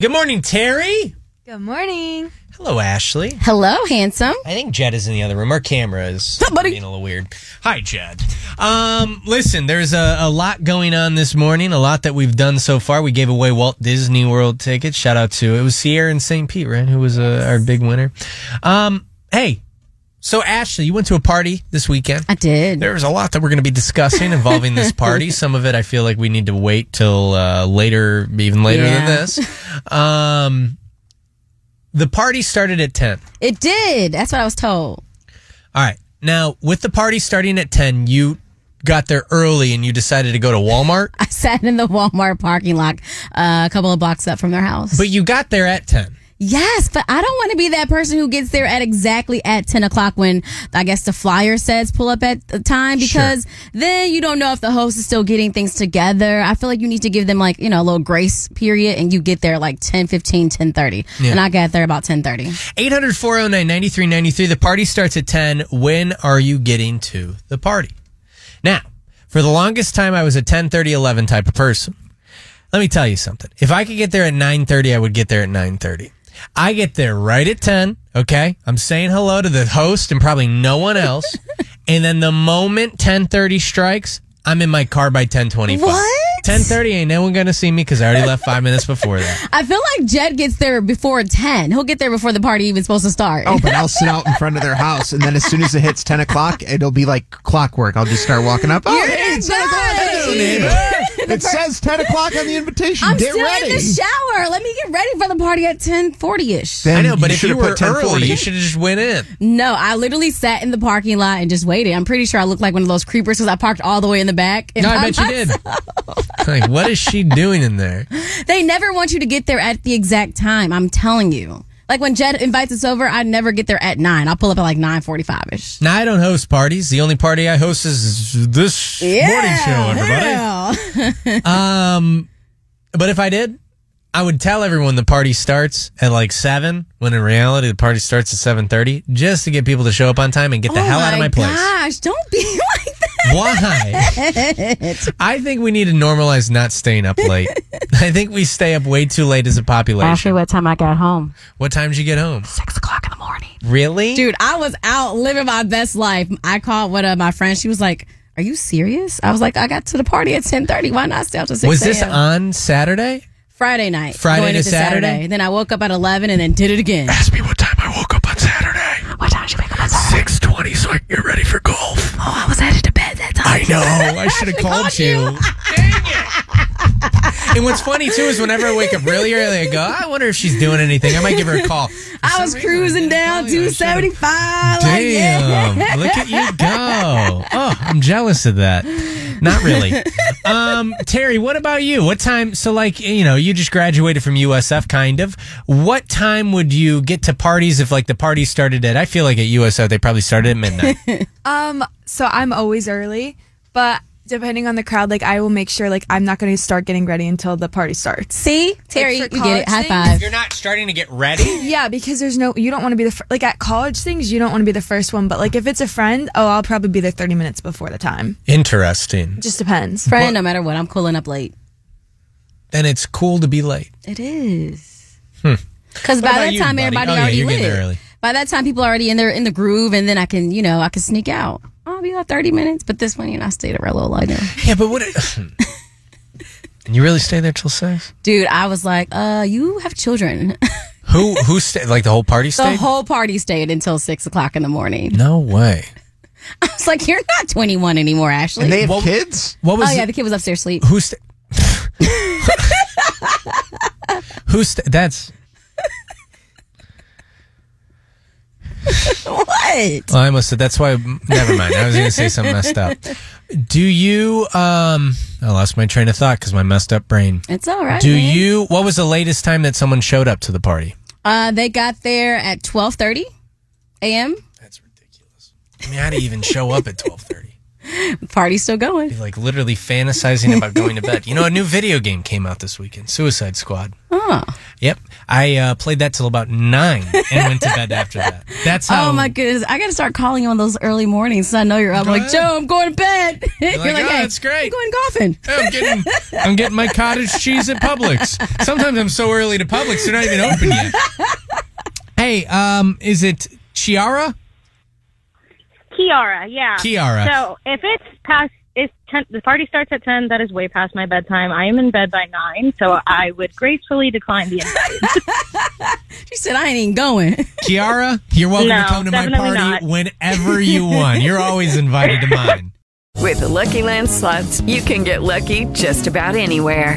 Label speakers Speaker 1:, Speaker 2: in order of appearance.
Speaker 1: Good morning, Terry.
Speaker 2: Good morning.
Speaker 1: Hello, Ashley.
Speaker 2: Hello, handsome.
Speaker 1: I think Jed is in the other room. Our camera is
Speaker 2: Up, buddy.
Speaker 1: being a little weird. Hi, Jed. Um, listen, there's a, a lot going on this morning, a lot that we've done so far. We gave away Walt Disney World tickets. Shout out to, it was Sierra and St. Pete, right? Who was uh, our big winner. Um, hey, so Ashley, you went to a party this weekend.
Speaker 2: I did.
Speaker 1: There's a lot that we're going to be discussing involving this party. Some of it I feel like we need to wait till uh, later, even later than
Speaker 2: Yeah.
Speaker 1: this. Um, the party started at 10.
Speaker 2: It did. That's what I was told.
Speaker 1: All right. Now, with the party starting at 10, you got there early and you decided to go to Walmart,
Speaker 2: I sat in the Walmart parking lot uh, a couple of blocks up from their house.
Speaker 1: but you got there at 10.
Speaker 2: yes, but I don't want to be that person who gets there at exactly at 10 o'clock when I guess the flyer says pull up at the time because then you don't know if the host is still getting things together. I feel like you need to give them like, you know, a little grace period and you get there like 10, 15, 10 And I got there about ten thirty.
Speaker 1: 800 409 9393. The party starts at 10. When are you getting to the party? Now, for the longest time, I was a 10 30, 11 type of person. Let me tell you something. If I could get there at 9 30, I would get there at 9 30. I get there right at 10. Okay. I'm saying hello to the host and probably no one else. and then the moment 10 30 strikes, I'm in my car by 10 25.
Speaker 2: What?
Speaker 1: 10 30 ain't no one going to see me because I already left five minutes before that.
Speaker 2: I feel like Jed gets there before 10. He'll get there before the party even supposed to start.
Speaker 3: Oh, but I'll sit out in front of their house, and then as soon as it hits ten o'clock, it'll be like clockwork. I'll just start walking up. Oh,
Speaker 2: You're
Speaker 3: hey, it's 10 o'clock.
Speaker 2: Judge!
Speaker 3: Hello, neighbor. It says ten o'clock on the invitation.
Speaker 2: I'm
Speaker 3: get
Speaker 2: still
Speaker 3: ready.
Speaker 2: in the shower. Let me get ready for the party at 1040 ish.
Speaker 3: Then
Speaker 1: I know, but if
Speaker 3: should
Speaker 1: you
Speaker 3: have
Speaker 1: were
Speaker 3: put
Speaker 1: early,
Speaker 3: 10:40.
Speaker 1: you should have just went in.
Speaker 2: No, I literally sat in the parking lot and just waited. I'm pretty sure I looked like one of those creepers because I parked all the way in the back. And
Speaker 1: No, I
Speaker 2: I'm
Speaker 1: bet you
Speaker 2: not-
Speaker 1: did. like, what is she doing in there?
Speaker 2: They never want you to get there at the exact time. I'm telling you. Like when Jed invites us over, I never get there at 9. I'll pull up at like 945 ish.
Speaker 1: Now, I don't host parties. The only party I host is this morning show, everybody. Um, but if I did, I would tell everyone the party starts at like seven. When in reality, the party starts at seven thirty, just to get people to show up on time and
Speaker 2: Oh
Speaker 1: get the hell out of my place.
Speaker 2: gosh, don't be like that.
Speaker 1: Why? I think we need to normalize not staying up late. I think we stay up way too late as a population.
Speaker 2: what time I got home.
Speaker 1: What time did you get home?
Speaker 2: Six o'clock in the morning.
Speaker 1: Really?
Speaker 2: Dude, I was out living my best life. I called one of my friends. She was like, Are you serious? I was like, I got to the party at ten thirty. Why not stay up to six?
Speaker 1: was this
Speaker 2: a.m.?
Speaker 1: on Saturday?
Speaker 2: Friday night?
Speaker 1: Friday to
Speaker 2: into
Speaker 1: Saturday?
Speaker 2: Then I woke up at eleven and then did it again.
Speaker 4: Ask me what time I woke up on Saturday.
Speaker 2: What time did you wake up? Oh,
Speaker 4: 6.20 so I can get ready for golf.
Speaker 2: I was headed to bed that time.
Speaker 1: I know. I should have called,
Speaker 2: called
Speaker 1: you.
Speaker 2: you.
Speaker 1: Dang it. and what's funny too is whenever I wake up really early, I go, I wonder if she's doing anything. I might give her a call.
Speaker 2: I was cruising down two seventy five. Like, yeah.
Speaker 1: Damn. Look at you go. Oh, I'm jealous of that. Not really. Um, Terry, what about you? What time? So, like, you know, you just graduated from USF, kind of. What time would you get to parties if, like, the party started at, I feel like at USF, they probably started at midnight.
Speaker 5: Um, so I'm always early, but depending on the crowd, like I will make sure like I'm not going to start getting ready until the party starts.
Speaker 2: See, Terry,
Speaker 5: for
Speaker 2: you get it.
Speaker 5: college
Speaker 2: High
Speaker 5: things?
Speaker 2: five.
Speaker 1: You're not starting to get ready?
Speaker 5: Yeah, because there's no you don't want to be the fir- like at college things you don't want to be the first one, but like if it's a friend, oh I'll probably be there 30 minutes before the time.
Speaker 1: Interesting.
Speaker 5: Just depends.
Speaker 2: Friend, no matter what, I'm cooling up late.
Speaker 1: Then it's cool to be late.
Speaker 2: It is. Because by
Speaker 1: Hmm. about
Speaker 2: that
Speaker 1: you,
Speaker 2: time,
Speaker 1: buddy?
Speaker 2: everybody
Speaker 1: Oh, yeah,
Speaker 2: already
Speaker 1: you're
Speaker 2: lit.
Speaker 1: getting there early.
Speaker 2: By that time, people are already in there in the groove, and then I can, you know, I can sneak out. I'll be like thirty minutes, but this one, you know, I stayed at Red Little Light.
Speaker 1: Yeah, but what? and you really stay there till six?
Speaker 2: Dude, I was like, uh, you have children.
Speaker 1: Who who stayed? Like the whole party
Speaker 2: the
Speaker 1: stayed?
Speaker 2: whole party stayed until six o'clock in the morning.
Speaker 1: no way.
Speaker 2: I was like, you're not twenty one anymore, Ashley.
Speaker 3: And they have
Speaker 1: Well-
Speaker 3: kids.
Speaker 1: What was?
Speaker 2: oh yeah,
Speaker 1: it-
Speaker 2: the kid was upstairs asleep.
Speaker 1: who stayed? who sta That's.
Speaker 2: what?
Speaker 1: Well, I almost said that's why. Never mind. I was going to say something messed up. Do you um? I lost my train of thought because my messed up brain.
Speaker 2: It's all right.
Speaker 1: Do
Speaker 2: man.
Speaker 1: you? What was the latest time that someone showed up to the party?
Speaker 2: Uh, they got there at twelve thirty a.m.
Speaker 1: That's ridiculous. I mean, how do you even show up at twelve thirty?
Speaker 2: Party's still going.
Speaker 1: Like literally fantasizing about going to bed. You know, a new video game came out this weekend, Suicide Squad.
Speaker 2: Oh,
Speaker 1: Yep, I uh, played that till about nine and went to bed after that. That's how.
Speaker 2: oh my goodness! I gotta start calling you on those early mornings. So I know you're up. like
Speaker 1: ahead.
Speaker 2: Joe, I'm going to bed. You're,
Speaker 1: like, "Oh, that's great."
Speaker 2: I'm going golfing.
Speaker 1: Hey, I'm getting, I'm getting my cottage cheese at Publix. Sometimes I'm so early to Publix, they're not even open yet. Hey, um, is it Chiara?
Speaker 6: Kiara, yeah.
Speaker 1: Kiara.
Speaker 6: So if it's past, if ten, the party starts at 10, that is way past my bedtime. I am in bed by 9, so I would gracefully decline the invite.
Speaker 2: She said, I ain't even going.
Speaker 1: Kiara, you're welcome
Speaker 6: No,
Speaker 1: to come to my
Speaker 6: definitely
Speaker 1: party
Speaker 6: not.
Speaker 1: whenever you want. You're always invited to mine.
Speaker 7: With the Lucky Land slots, you can get lucky just about anywhere.